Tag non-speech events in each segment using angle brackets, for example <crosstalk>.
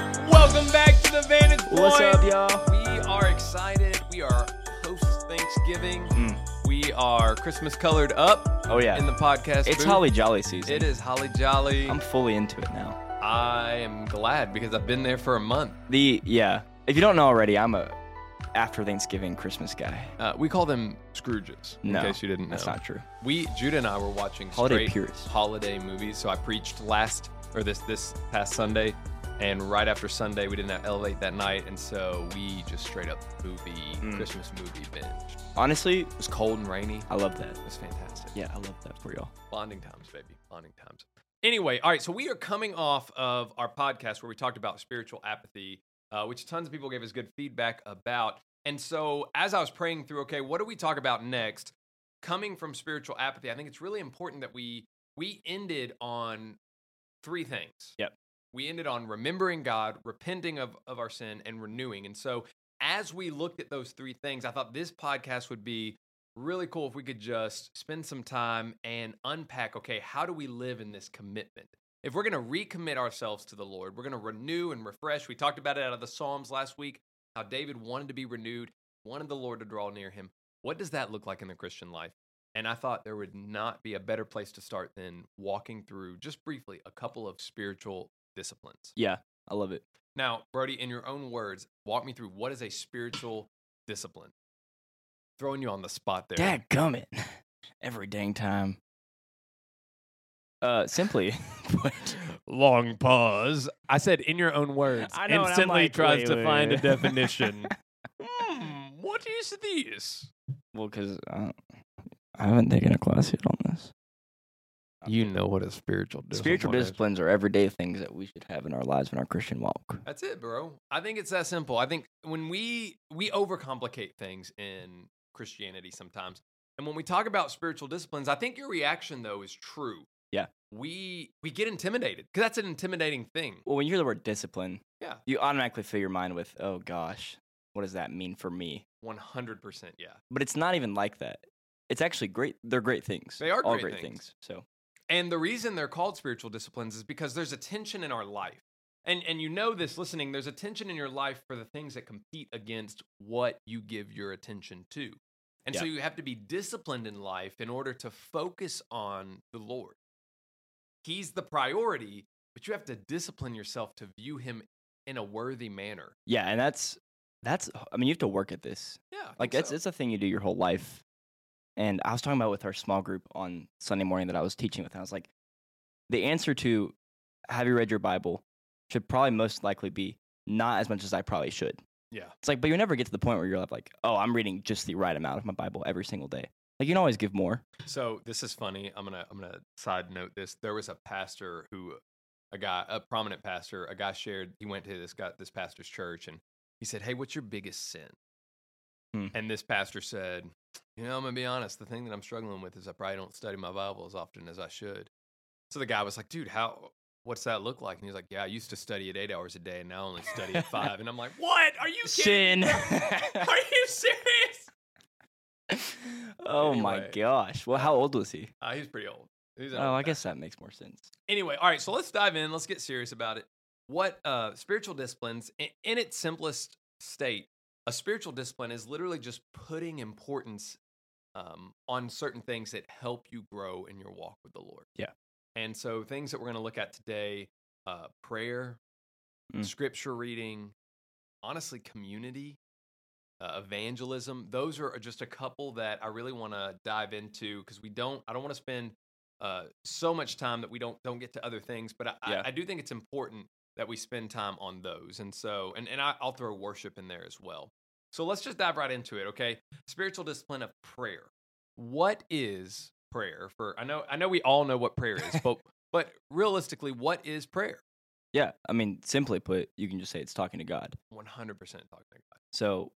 Welcome back to the Vantage Point. What's up, y'all? We are excited. We are post Thanksgiving. We are Christmas colored up Mm. Oh yeah, in the podcast. it's booth. Holly Jolly season. It is Holly Jolly. I'm fully into it now. I am glad because I've been there for a month. The yeah, if you don't know already, I'm a after Thanksgiving Christmas guy. Uh, we call them Scrooges, in No, case you didn't know. That's not true. We Judah and I were watching Holiday straight purists. holiday movies. So I preached last or this this past Sunday, and right after Sunday we didn't have elevate that night, and so we just straight up movie Mm. Christmas movie binge. It Honestly, was cold and rainy. It I love that. was fantastic. Yeah, I love that for y'all. Bonding times, baby. Bonding times. Anyway, all right. So we are coming off of our podcast where we talked about spiritual apathy, uh, which tons of people gave us good feedback about. And so as I was praying through, okay, what do we talk about next? Coming from spiritual apathy, I think it's really important that we we ended on three things. Yep. We ended on remembering God, repenting of, of our sin, and renewing. And so as we looked at those three things, I thought this podcast would be really cool if we could just spend some time and unpack okay, how do we live in this commitment? If we're going to recommit ourselves to the Lord, we're going to renew and refresh. We talked about it out of the Psalms last week, how David wanted to be renewed, wanted the Lord to draw near him. What does that look like in the Christian life? And I thought there would not be a better place to start than walking through just briefly a couple of spiritual disciplines. Yeah, I love it. Now, Brody, in your own words, walk me through what is a spiritual discipline? Throwing you on the spot there. Dad <laughs> gummit. Every dang time. Uh, simply. <laughs> what? Long pause. I said in your own words. I know, and I'm Instantly like, tries wait, to wait, find a wait. <laughs> definition. Hmm, what is this? Well, because I, I haven't taken a class yet on this. You know what a spiritual discipline Spiritual disciplines are everyday things that we should have in our lives in our Christian walk. That's it, bro. I think it's that simple. I think when we we overcomplicate things in Christianity sometimes. And when we talk about spiritual disciplines, I think your reaction though is true. Yeah. We we get intimidated because that's an intimidating thing. Well, when you hear the word discipline, Yeah. you automatically fill your mind with, "Oh gosh, what does that mean for me?" 100%, yeah. But it's not even like that. It's actually great. They're great things. They are all great things. So And the reason they're called spiritual disciplines is because there's a tension in our life. And and you know this listening, there's a tension in your life for the things that compete against what you give your attention to. And so Yeah. you have to be disciplined in life in order to focus on the Lord. He's the priority, but you have to discipline yourself to view him in a worthy manner. yeah, and that's that's. I mean, you have to work at this. Yeah. I think Like that's so. it's a thing you do your whole life. And I was talking about with our small group on Sunday morning that I was teaching with. And I was like, the answer to "Have you read your Bible?" should probably most likely be not as much as I probably should. Yeah. It's like, but you never get to the point where you're like, oh, I'm reading just the right amount of my Bible every single day. Like you can always give <laughs> more. <laughs> So this is funny. I'm gonna I'm gonna side note this. There was a pastor who, a guy, a prominent pastor, a guy shared. He went to this guy, this pastor's church, and he said, "Hey, what's your biggest sin?" Hmm. And this pastor said, "You know, I'm gonna be honest. The thing that I'm struggling with is I probably don't study my Bible as often as I should." So the guy was like, "Dude, how?" What's that look like? And he's like, Yeah, I used to study at eight hours a day and now I only study <laughs> at five. And I'm like, What? Are you kidding? Sin. <laughs> Are you serious? oh my Anyway. gosh. Well, how old was he? Uh, he's pretty old. He's an Oh, old I guy. guess that makes more sense. anyway all right so let's dive in let's get serious about it what uh spiritual disciplines in, in its simplest state a spiritual discipline is literally just putting importance um, on certain things that help you grow in your walk with the lord Yeah. and so things that we're going to look at today uh prayer Mm. scripture reading honestly community uh, evangelism those are uh, just a couple that i really want to dive into because we don't i don't want to spend uh, so much time that we don't don't get to other things but I, Yeah. I, I do think it's important that we spend time on those and so and, and I, i'll throw worship in there as well so let's just dive right into it okay spiritual discipline of prayer what is prayer for i know i know we all know what prayer is <laughs> but but realistically what is prayer Yeah. I mean, simply put, you can just say it's talking to God. 100% talking to god So,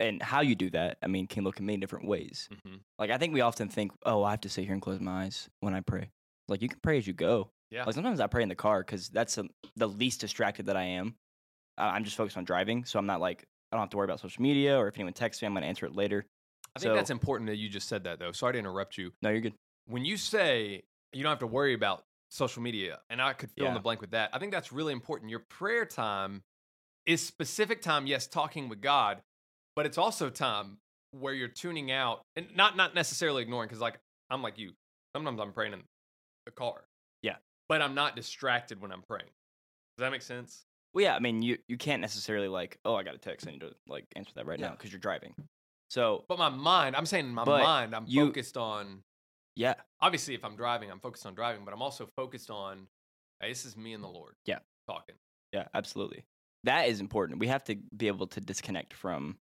and how you do that, I mean, can look in many different ways. mm-hmm. Like, I think we often think, oh, I have to sit here and close my eyes when I pray. Like, you can pray as you go. yeah Like, sometimes I pray in the car because that's the- the least distracted that I am. Uh, I'm just focused on driving. So, I'm not like, I don't have to worry about social media or if anyone texts me, I'm going to answer it later. i think so- that's important that you just said that though sorry to interrupt you No, you're good. when you say you don't have to worry about social media, and I could fill in Yeah. the blank with that, I think that's really important. Your prayer time is specific time, yes, talking with God, but it's also time where you're tuning out and not not necessarily ignoring because like I'm like you. Sometimes I'm praying in the car. Yeah. But I'm not distracted when I'm praying. Does that make sense? Well, yeah, I mean, you you can't necessarily like, oh, I got a text, I need to like answer that right now Yeah. because you're driving. So But my mind, I'm saying in my But mind, I'm you- focused on yeah, obviously if I'm driving, I'm focused on driving, but I'm also focused on hey, this is me and the Lord. Mm, Yeah. Talking. yeah, absolutely. That is important. We have to be able to disconnect from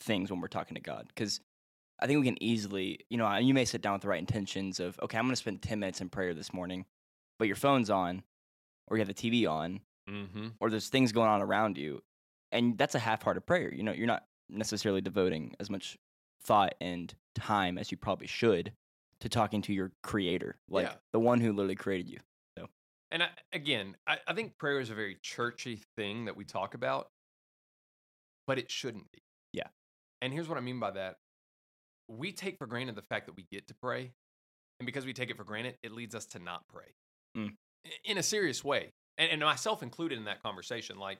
things when we're talking to God because I think we can easily, you know, and you may sit down with the right intentions of, okay, I'm going to spend ten minutes in prayer this morning, but your phone's on, or you have the TV on, Mm-hmm. or there's things going on around you and that's a half-hearted prayer you know you're not necessarily devoting as much thought and time as you probably should to talking to your creator like Yeah. the one who literally created you And I, again, I, I think prayer is a very churchy thing that we talk about, but it shouldn't be. Yeah. And here's what I mean by that we take for granted the fact that we get to pray. And because we take it for granted, it leads us to not pray Mm. I- in a serious way. And, and myself included in that conversation. Like,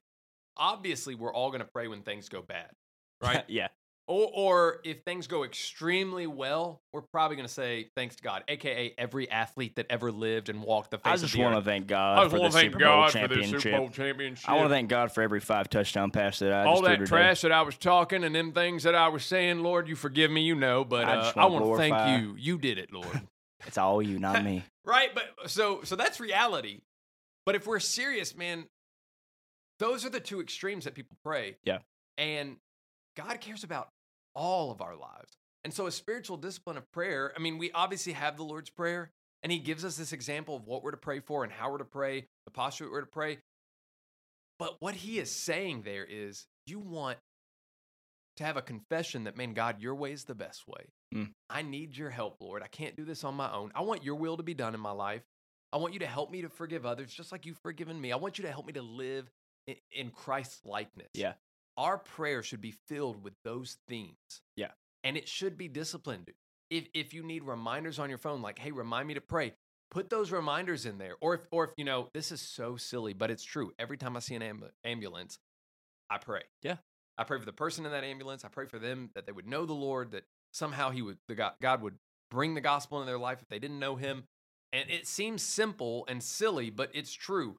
obviously, we're all going to pray when things go bad, <laughs> right? yeah or, or if things go extremely well, we're probably going to say thanks to God, AKA every athlete that ever lived and walked the face i of just the earth. want to thank god I just uh, for the want to thank super bowl God for the championship Super Bowl championship. i want to thank god for every five touchdown pass that i all just that threw trash that I was talking and them things that I was saying, Lord, you forgive me, you know, but I uh, just I wanna want to glorify- thank you. You did it, Lord. today. it's all you not <laughs> me right? But so so that's reality. But if we're serious, man, those are the two extremes that people pray. Yeah. And God cares about all of our lives. And so a spiritual discipline of prayer, I mean, we obviously have the Lord's prayer and he gives us this example of what we're to pray for and how we're to pray, the posture that we're to pray. But what he is saying there is you want to have a confession that, man, God, your way is the best way. Mm. I need your help, Lord. I can't do this on my own. I want your will to be done in my life. I want you to help me to forgive others just like you've forgiven me. I want you to help me to live in, in Christ's likeness. Yeah. Our prayer should be filled with those themes. Yeah. And it should be disciplined. If, if you need reminders on your phone, like, hey, remind me to pray, put those reminders in there. Or if, or if you know, this is so silly, but it's true. Every time I see an ambu- ambulance, I pray. Yeah. I pray for the person in that ambulance. I pray for them that they would know the Lord, that somehow he would, the God, God would bring the gospel into their life if they didn't know him. And it seems simple and silly, but it's true.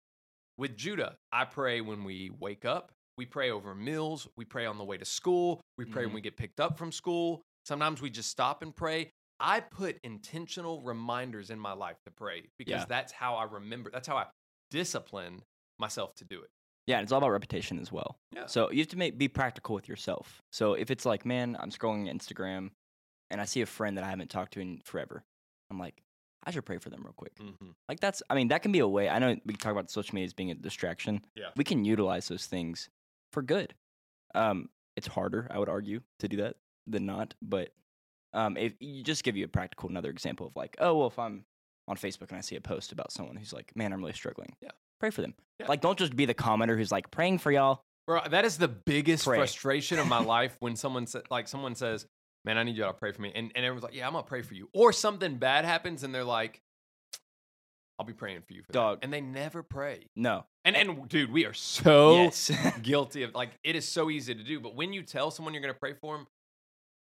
With Judah, I pray when we wake up, we pray over meals, we pray on the way to school, we pray Mhm. when we get picked up from school. Sometimes we just stop and pray. I put intentional reminders in my life to pray because Yeah. that's how I remember, that's how I discipline myself to do it. yeah and it's all about repetition as well Yeah. So you have to make, be practical with yourself. So if it's like, man, I'm scrolling Instagram and I see a friend that I haven't talked to in forever, I'm like, I should pray for them real quick. Mm-hmm. Like that's, I mean, that can be a way. I know we talk about social media as being a distraction. Yeah. We can utilize those things for good. Um, it's harder, I would argue, to do that than not. But um, if you just give you a practical another example of like, oh well, if I'm on Facebook and I see a post about someone who's like, man, I'm really struggling. Yeah. Pray for them. Yeah. Like, don't just be the commenter who's like praying for y'all. Bro, that is the biggest Pray. frustration of my life when someone sa- like someone says, "Man, I need y'all to pray for me," and and everyone's like, "Yeah, I'm gonna pray for you," or something bad happens and they're like, "I'll be praying for you." For that." Dog. and they never pray. No. And and dude, we are so Yes. <laughs> guilty of like it is so easy to do. But when you tell someone you're gonna pray for them,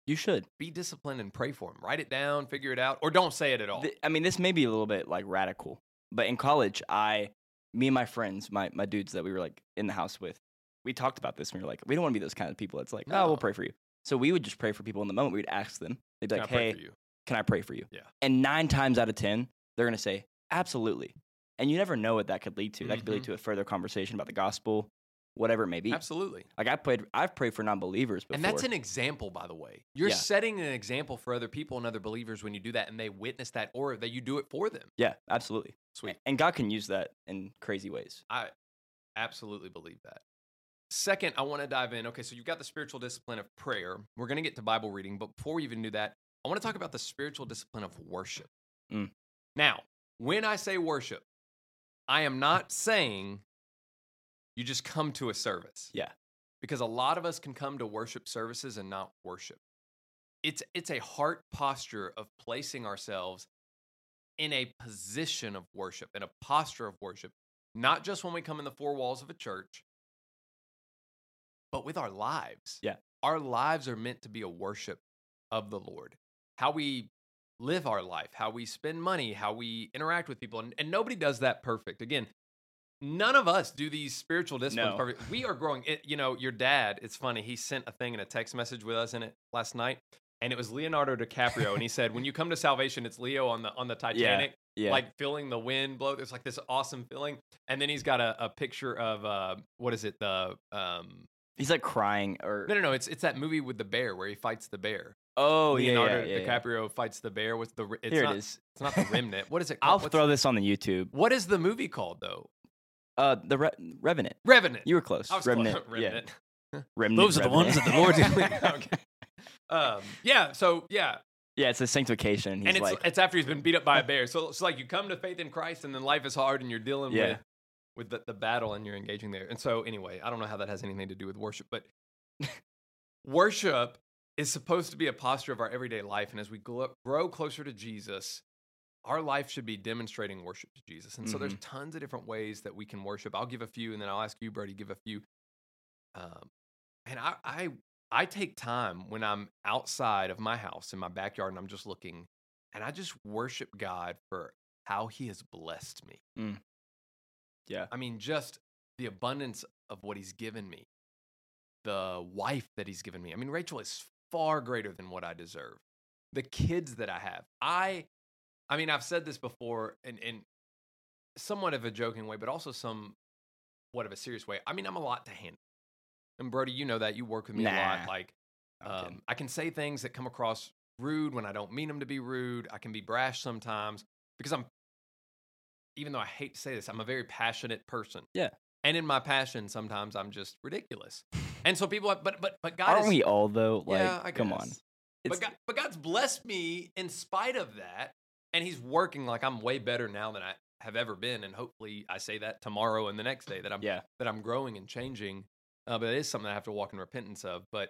you should. be disciplined and pray for them. Write it down, figure it out, or don't say it at all. Th- I mean, this may be a little bit like radical, but in college, I, me and my friends, my, my dudes that we were like in the house with, we talked about this and we were like, we don't want to be those kind of people. It's like, oh, No. we'll pray for you. So we would just pray for people in the moment. We'd ask them, they'd Can be like, I pray hey, for you? can I pray for you? Yeah. And nine times out of 10, they're going to say, absolutely. And you never know what that could lead to. That could lead Mhm. to a further conversation about the gospel, whatever it may be. Absolutely. Like I prayed, I've prayed for non-believers before. And that's an example, by the way. You're Yeah. setting an example for other people and other believers when you do that and they witness that or that you do it for them. yeah, absolutely. Sweet. And God can use that in crazy ways. I absolutely believe that. Second, I want to dive in. Okay, so you've got the spiritual discipline of prayer. We're going to get to Bible reading, but before we even do that, I want to talk about the spiritual discipline of worship. Mm. Now, when I say worship, I am not saying you just come to a service. Yeah. Because a lot of us can come to worship services and not worship. It's it's a heart posture of placing ourselves in a position of worship, in a posture of worship, not just when we come in the four walls of a church, but with our lives. Yeah. Our lives are meant to be a worship of the Lord. How we live our life, how we spend money, how we interact with people. And, and nobody does that perfect. Again, none of us do these spiritual disciplines No. perfect. We are growing. It, you know, your dad, it's funny, he sent a thing in a text message with us in it last night. And it was Leonardo DiCaprio, and he said, "When you come to salvation, it's Leo on the on the Titanic, Yeah. like feeling the wind blow. There's like this awesome feeling, and then he's got a, a picture of uh, what is it? The um, he's like crying or no, no, no. It's it's that movie with the bear where he fights the bear. oh yeah, yeah, Leonardo yeah, yeah. DiCaprio fights the bear with the. r- It's Here not, it is. It's not the remnant. What is it? Called? <laughs> I'll What's- throw this on the YouTube. What is the movie called though? Uh, the Re- Revenant. Revenant. You were close. I <laughs> was Remnant. Called, Remnant. Yeah. Remnant. Those are the ones <laughs> Revenant. that the Lord- <laughs> Okay. Um, yeah. So yeah, yeah, it's a sanctification. He's and it's like, it's after he's been beat up by a bear. So it's like you come to faith in Christ, and then life is hard, and you're dealing Yeah. with with the, the battle, and you're engaging there. And so anyway, I don't know how that has anything to do with worship, but <laughs> worship is supposed to be a posture of our everyday life, and as we glo- grow closer to Jesus. Our life should be demonstrating worship to Jesus. And so there's Mm-hmm. tons of different ways that we can worship. I'll give a few and then I'll ask you, Brady, give a few. Um, and I, I I take time when I'm outside of my house in my backyard and I'm just looking and I just worship God for how he has blessed me. Mm. Yeah. I mean, just the abundance of what he's given me, the wife that he's given me. I mean, Rachel is far greater than what I deserve. The kids that I have. I I mean, I've said this before in, in somewhat of a joking way, but also some what of a serious way. I mean, I'm a lot to handle. And Brody, you know that. You work with me a lot. Nah. Like I'm kidding. um, I can say things that come across rude when I don't mean them to be rude. I can be brash sometimes because I'm, even though I hate to say this, I'm a very passionate person. Yeah. And in my passion, sometimes I'm just ridiculous. And so people, have, but but but God aren't is, we all though? Like, yeah, I come on. guess. It's, But God, but God's blessed me in spite of that, and He's working like I'm way better now than I have ever been. And hopefully, I say that tomorrow and the next day that I'm yeah, that I'm growing and changing. Uh, but it is something I have to walk in repentance of. But,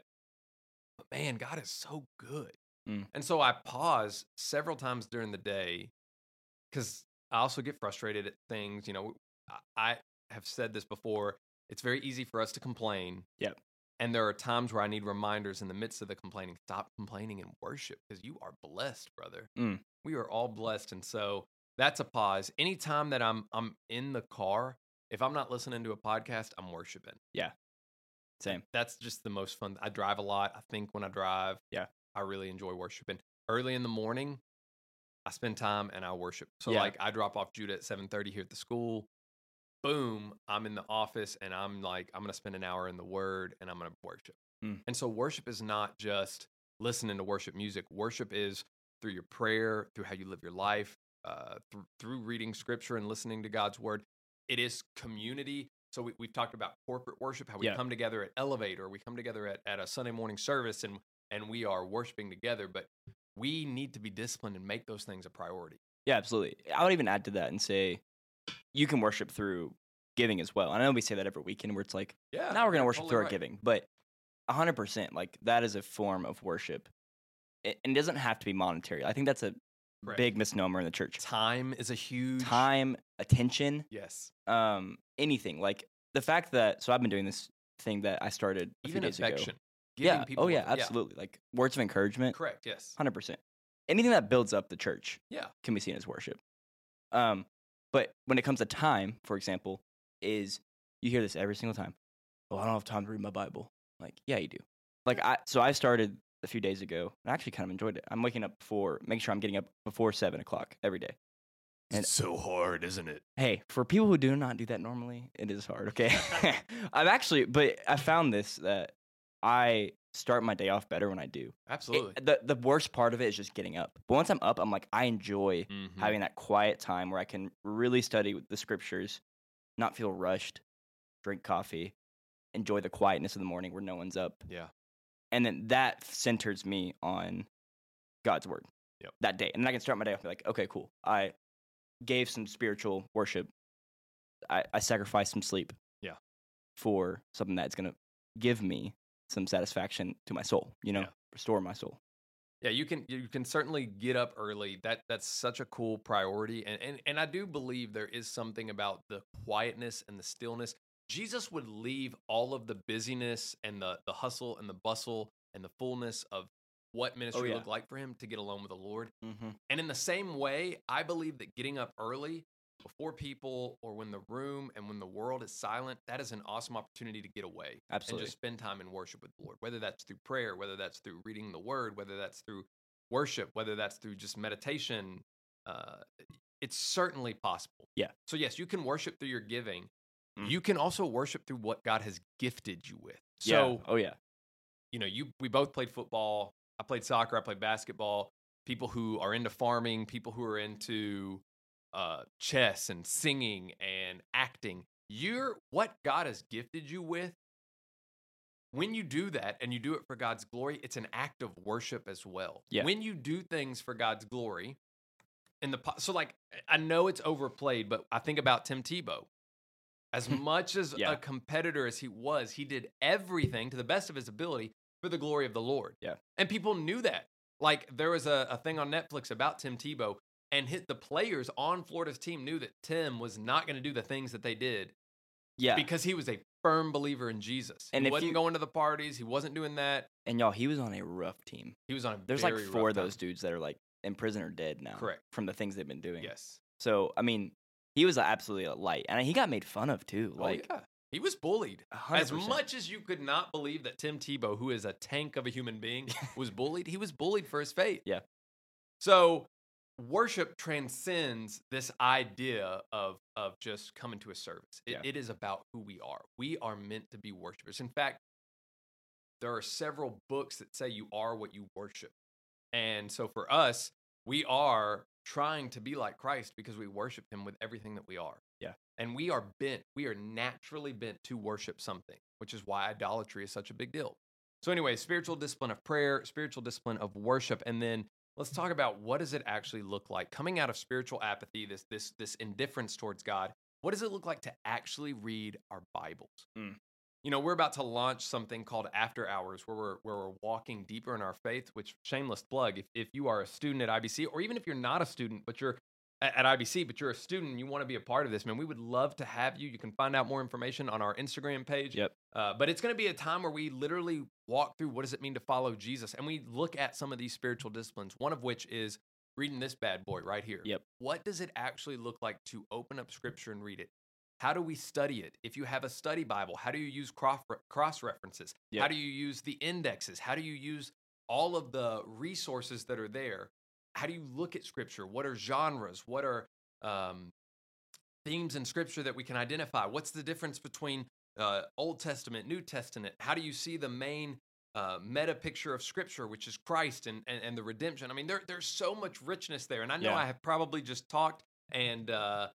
but man, God is so good. Mm. And so I pause several times during the day because I also get frustrated at things. You know, I, I have said this before. It's very easy for us to complain. Yep. And there are times where I need reminders in the midst of the complaining. Stop complaining and worship because you are blessed, brother. Mm. We are all blessed. And so that's a pause. Anytime that I'm I'm in the car, if I'm not listening to a podcast, I'm worshiping. same. That's just the most fun. I drive a lot. I think when I drive, Yeah. I really enjoy worshiping. Early in the morning, I spend time and I worship. So Yeah. like I drop off Judah at 7:30 here at the school. Boom, I'm in the office and I'm like I'm going to spend an hour in the word and I'm going to worship. Mm. And so worship is not just listening to worship music. Worship is through your prayer, through how you live your life, uh, through, through reading scripture and listening to God's word. It is community. So we, we've talked about corporate worship, how we Yeah. come together at Elevate or we come together at, at a Sunday morning service and, and we are worshiping together. But we need to be disciplined and make those things a priority. Yeah, absolutely. I would even add to that and say, you can worship through giving as well. And I know we say that every weekend where it's like, Yeah. now we're going to worship totally through our right. giving. But 100%, like that is a form of worship. It, and it doesn't have to be monetary. I think that's a Correct. big misnomer in the church. Time is a huge. Time, attention, Yes. um, anything. Like the fact that, so I've been doing this thing that I started a few Even days affection. ago. Giving yeah. people Oh, yeah, aff- absolutely. Like words of encouragement, Correct. Yes. 100%. Anything that builds up the church Yeah. can be seen as worship. Um, but when it comes to time, for example, is you hear this every single time. Oh, I don't have time to read my Bible. Like, yeah, you do. Like I so I started a few days ago and I actually kind of enjoyed it. I'm waking up before making sure I'm getting up before seven o'clock every day. And- it's so hard, isn't it? Hey, for people who do not do that normally, it is hard. Okay. <laughs> I've actually but I found this that I start my day off better when I do. It- Absolutely. the the worst part of it is just getting up. But once I'm up, I'm like, I enjoy Mhm. having that quiet time where I can really study with the scriptures, not feel rushed, drink coffee, enjoy the quietness of the morning where no one's up. Yeah. And then that centers me on God's word Yep. that day. And then I can start my day off and be like, okay, cool. I gave some spiritual worship. I, I sacrificed some sleep Yeah. for something that's going to give me some satisfaction to my soul, you know, Yeah. restore my soul. Yeah, you can you can certainly get up early. That that's such a cool priority. And and and I do believe there is something about the quietness and the stillness. Jesus would leave all of the busyness and the the hustle and the bustle and the fullness of what ministry yeah. looked like for him to get alone with the Lord. Mm-hmm. And in the same way, I believe that getting up early before people or when the room and when the world is silent, that is an awesome opportunity to get away Absolutely. and just spend time in worship with the Lord, whether that's through prayer, whether that's through reading the word, whether that's through worship, whether that's through just meditation. Uh, it's certainly possible. Yeah. So, yes, you can worship through your giving. Mm. You can also worship through what God has gifted you with. So, yeah. oh yeah. you know, you we both played football. I played soccer. I played basketball. People who are into farming, people who are into uh, chess and singing and acting. You're what God has gifted you with. When you do that and you do it for God's glory, it's an act of worship as well. Yeah. When you do things for God's glory, and the po- so like I know it's overplayed, but I think about Tim Tebow. As much as Hmm. Yeah. a competitor as he was, he did everything to the best of his ability for the glory of the Lord. Yeah. And people knew that. Like there was a, a thing on Netflix about Tim Tebow, and hit the players on Florida's team knew that Tim was not going to do the things that they did Yeah. because he was a firm believer in Jesus. And he if wasn't you- going to the parties, he wasn't doing that. and y'all, he was on a rough team. He was on a There's very like four rough of time. those dudes that are like in prison or dead now. Correct. From the things they've been doing. Yes. So I mean, he was absolutely a light, and he got made fun of too. Like oh, yeah. he was bullied. 100%. As much as you could not believe that Tim Tebow, who is a tank of a human <laughs> being, was bullied, he was bullied for his faith. Yeah. So worship transcends this idea of, of just coming to a service. It, Yeah. it is about who we are. We are meant to be worshipers. In fact, there are several books that say you are what you worship. And so for us, we are trying to be like Christ because we worship him with everything that we are. Yeah. And we are bent, we are naturally bent to worship something, which is why idolatry is such a big deal. So anyway, spiritual discipline of prayer, spiritual discipline of worship, and then let's talk about what does it actually look like coming out of spiritual apathy, this this this indifference towards God. What does it look like to actually read our Bibles? Mm. You know, we're about to launch something called After Hours, where we're where we're walking deeper in our faith. Which shameless plug, if if you are a student at IBC, or even if you're not a student, but you're at at IBC, but you're a student, and you want to be a part of this, man. We would love to have you. You can find out more information on our Instagram page. Yep. Uh, but it's going to be a time where we literally walk through what does it mean to follow Jesus, and we look at some of these spiritual disciplines. One of which is reading this bad boy right here. Yep. What does it actually look like to open up Scripture and read it? How do we study it? If you have a study Bible, how do you use cross references? How Yep. do you use the indexes? How do you use all of the resources that are there? How do you look at Scripture? What are genres? What are um, themes in Scripture that we can identify? What's the difference between uh, Old Testament, New Testament? How do you see the main uh, meta picture of Scripture, which is Christ and, and, and the redemption? I mean, there, there's so much richness there. And I know Yeah. I have probably just talked and uh,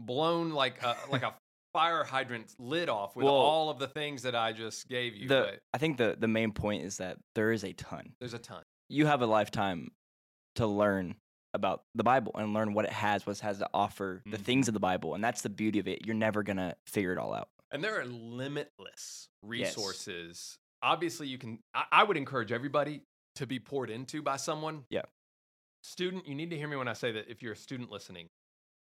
blown like a, like a fire hydrant lid off with Well, all of the things that I just gave you. the but I think the the main point is that there is a ton. there's a ton. You have a lifetime to learn about the Bible and learn what it has, what it has to offer, the Mhm. things of the Bible, and that's the beauty of it. You're never gonna figure it all out. And there are limitless Yes. resources. Obviously, you can, I, I would encourage everybody to be poured into by someone. Yeah. Student, you need to hear me when I say that if you're a student listening,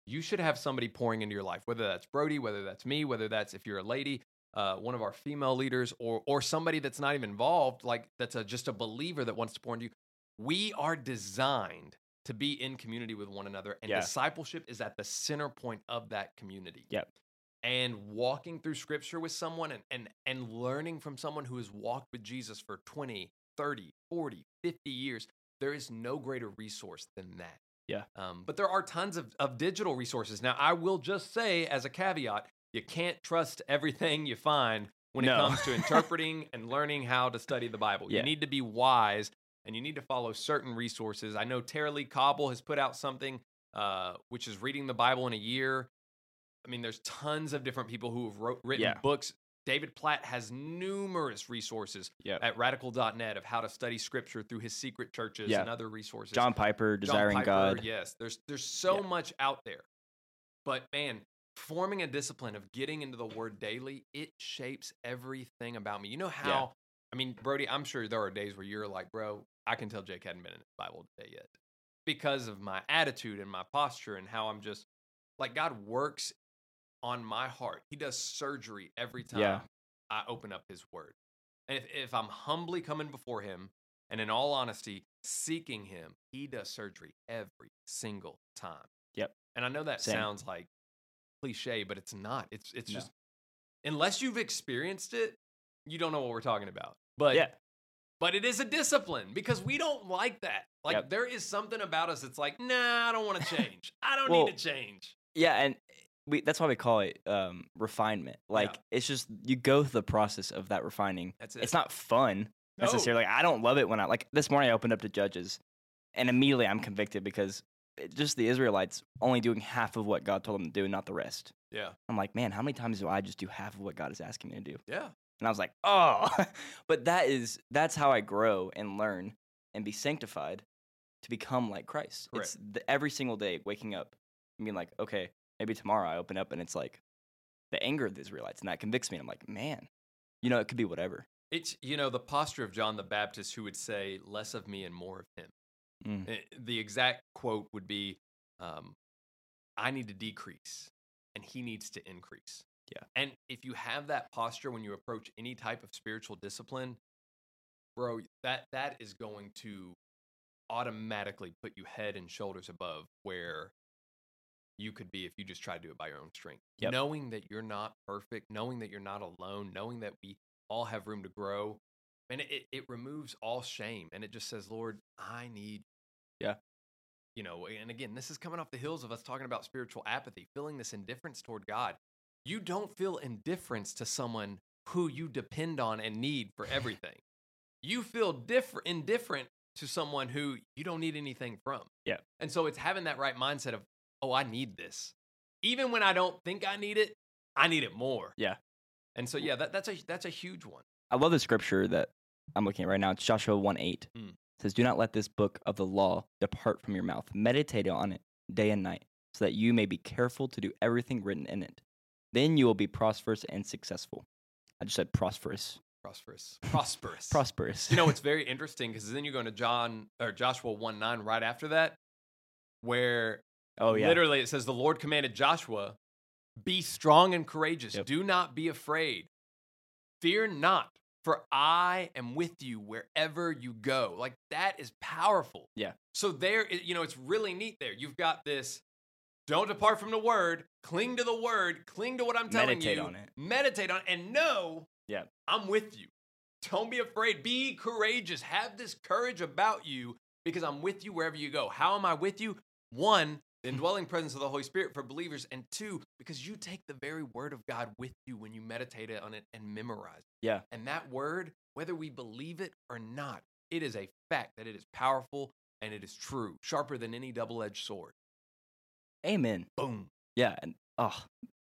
you should have somebody pouring into your life, whether that's Brody, whether that's me, whether that's if you're a lady, uh, one of our female leaders, or, or somebody that's not even involved, like that's a, just a believer that wants to pour into you. We are designed to be in community with one another, and Yeah. discipleship is at the center point of that community Yep. and walking through scripture with someone and, and and learning from someone who has walked with Jesus for 20, 30, 40, 50 years, there is no greater resource than that. Yeah. Um, but there are tons of, of digital resources. Now, I will just say as a caveat, you can't trust everything you find when it No. comes <laughs> to interpreting and learning how to study the Bible. Yeah. You need to be wise and you need to follow certain resources. I know Tara Lee Cobble has put out something, uh, which is reading the Bible in a year. I mean, there's tons of different people who have wrote, written Yeah. books. David Platt has numerous resources Yep. at radical.net of how to study scripture through his secret churches Yeah. and other resources. John Piper, John Desiring Piper, God. Yes, there's there's so much out there. But man, forming a discipline of getting into the word daily, it shapes everything about me. You know how I mean, Brody, I'm sure there are days where you're like, bro, I can tell Jake hadn't been in the Bible today yet. Because of my attitude and my posture and how I'm just like God works on my heart. He does surgery every time Yeah. I open up his word. And if, if I'm humbly coming before him and in all honesty seeking him, he does surgery every single time. Yep. And I know that Same. sounds like cliche, but it's not. It's it's No. just unless you've experienced it, you don't know what we're talking about. But yeah. but it is a discipline because we don't like that. Like Yep. there is something about us that's like, nah, I don't <laughs> want to change. I don't Well, need to change. Yeah, and we that's why we call it um refinement. Like it's just you go through the process of that refining. That's it. It's not fun No. necessarily. Like I don't love it when I like this morning I opened up to judges and immediately I'm convicted because it, just the Israelites only doing half of what God told them to do and not the rest. Yeah. I'm like, man, how many times do I just do half of what God is asking me to do? Yeah. And I was like, oh, <laughs> but that is that's how I grow and learn and be sanctified to become like Christ. It's the, every single day waking up and being like, okay, maybe tomorrow I open up and it's like the anger of the Israelites and that convicts me. And I'm like, man, you know, it could be whatever. It's you know the posture of John the Baptist who would say less of me and more of him. Mm. Eh, The exact quote would be, um, "I need to decrease, and he needs to increase." Yeah. And if you have that posture when you approach any type of spiritual discipline, bro, that that is going to automatically put you head and shoulders above where you could be if you just try to do it by your own strength. Yep. Knowing that you're not perfect, knowing that you're not alone, knowing that we all have room to grow. And it, it removes all shame and it just says, Lord, I need you." Yeah. You know, and again, this is coming off the heels of us talking about spiritual apathy, feeling this indifference toward God. You don't feel indifference to someone who you depend on and need <laughs> for everything. you feel different indifferent to someone who you don't need anything from. Yeah. And so it's having that right mindset of, oh, I need this. Even when I don't think I need it, I need it more. Yeah. And so yeah, that, that's a that's a huge one. I love the scripture that I'm looking at right now. It's Joshua 1 8. Mm. says, Do not let this book of the law depart from your mouth. Meditate on it day and night, so that you may be careful to do everything written in it. Then you will be prosperous and successful. I just said prosperous. Prosperous. Prosperous. <laughs> Prosperous. you know, it's very interesting because then you go into John or Joshua 1 9 right after that, where oh, yeah. Literally, it says the Lord commanded Joshua, "Be strong and courageous. Yep. Do not be afraid. Fear not, for I am with you wherever you go." Like that is powerful. Yeah. So there, i- you know, it's really neat. There, you've got this. Don't depart from the word. Cling to the word. Cling to what I'm telling Meditate you. on it. Meditate on it, and know. Yeah. I'm with you. Don't be afraid. Be courageous. Have this courage about you because I'm with you wherever you go. How am I with you? One, the <laughs> indwelling presence of the Holy Spirit for believers, and two, because you take the very word of God with you when you meditate on it and memorize it. Yeah. And that word, whether we believe it or not, it is a fact that it is powerful and it is true, sharper than any double edged sword. Amen. Boom. Yeah. And, oh,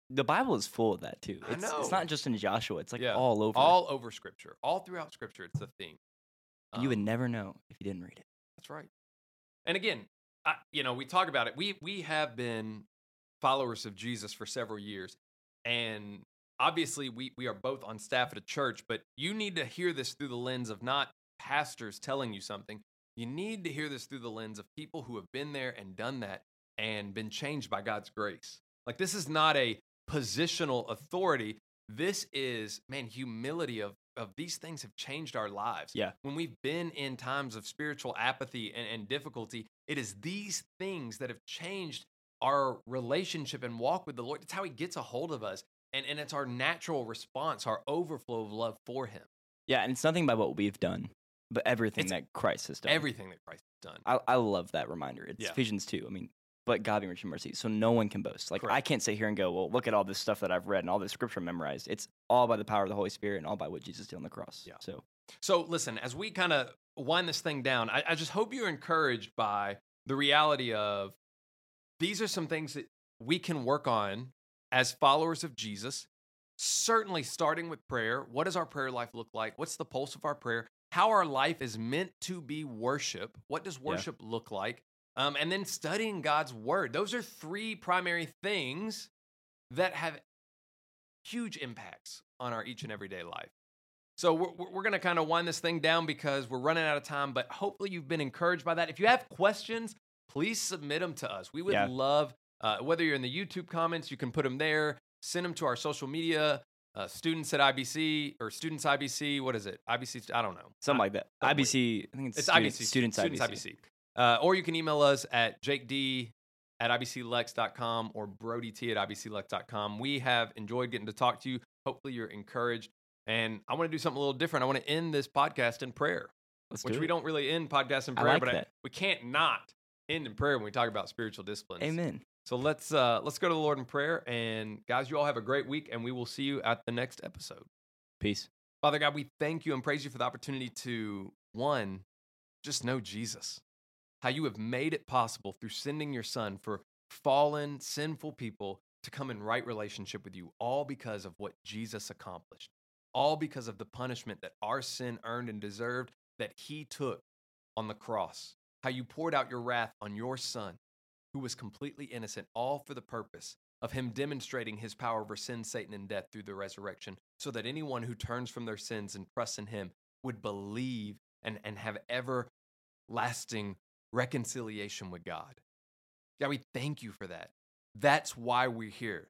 the Bible is full of that, too. I It's, it's know. not just in Joshua, it's like Yeah. all over. All over Scripture, all throughout Scripture, it's the theme. you would Um, never know if you didn't read it. That's right. And again, I, you know, we talk about it. We we have been followers of Jesus for several years, and obviously, we we are both on staff at a church. But you need to hear this through the lens of not pastors telling you something. You need to hear this through the lens of people who have been there and done that and been changed by God's grace. Like this is not a positional authority. This is man humility of of these things have changed our lives when we've been in times of spiritual apathy and, and difficulty, it is these things that have changed our relationship and walk with the Lord. It's how He gets a hold of us. And, and it's our natural response, our overflow of love for Him. Yeah. And it's nothing about what we've done, but everything It's that Christ has done. Everything that Christ has done. I, I love that reminder. It's Yeah. Ephesians 2. I mean, but God being rich in mercy. So no one can boast. Like, I Correct. can't sit here and go, well, look at all this stuff that I've read and all this scripture memorized. It's all by the power of the Holy Spirit and all by what Jesus did on the cross. Yeah. So, So, listen, as we kind of wind this thing down, I, I just hope you're encouraged by the reality of these are some things that we can work on as followers of Jesus. Certainly, starting with prayer. What does our prayer life look like? What's the pulse of our prayer? How our life is meant to be worship? What does worship look like? Um, and then studying God's word. Those are three primary things that have huge impacts on our each and everyday life. So we're, we're- we're going to kind of wind this thing down because we're running out of time, but hopefully you've been encouraged by that. If you have questions, please submit them to us. We would Yeah. love, uh, whether you're in the YouTube comments, you can put them there. Send them to our social media, uh, students at IBC or students IBC. What is it? IBC, I don't know. Something like that. don't worry. IBC, I think it's, It's student- IBC. Students, IBC. Uh, or you can email us at jaked at ibclex.com or brodyt at ibclex.com. We have enjoyed getting to talk to you. Hopefully, you're encouraged. And I want to do something a little different. I want to end this podcast in prayer, Let's which do we it. don't really end podcasts in I prayer, like but that. we can't not end in prayer when we talk about spiritual disciplines. Amen. So let's uh, let's go to the Lord in prayer. And guys, you all have a great week, and we will see you at the next episode. Peace. Father God, we thank you and praise you for the opportunity to, one, just know Jesus, how you have made it possible through sending your son for fallen, sinful people to come in right relationship with you, all because of what Jesus accomplished, all because of the punishment that our sin earned and deserved that he took on the cross, how you poured out your wrath on your son, who was completely innocent, all for the purpose of him demonstrating his power over sin, Satan, and death through the resurrection, so that anyone who turns from their sins and trusts in him would believe and, and have everlasting reconciliation with God. God, we thank you for that. That's why we're here.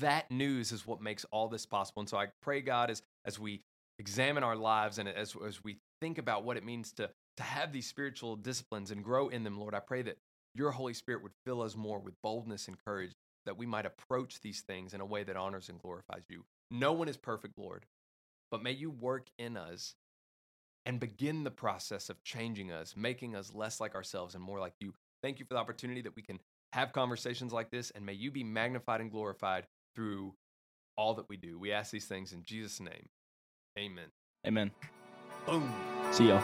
That news is what makes all this possible. And so I pray, God, as, as we examine our lives and as, as we think about what it means to, to have these spiritual disciplines and grow in them, Lord, I pray that your Holy Spirit would fill us more with boldness and courage that we might approach these things in a way that honors and glorifies you. No one is perfect, Lord, but may you work in us and begin the process of changing us, making us less like ourselves and more like you. Thank you for the opportunity that we can have conversations like this, and may you be magnified and glorified through all that we do. We ask these things in Jesus' name. Amen. Amen. Boom. See y'all.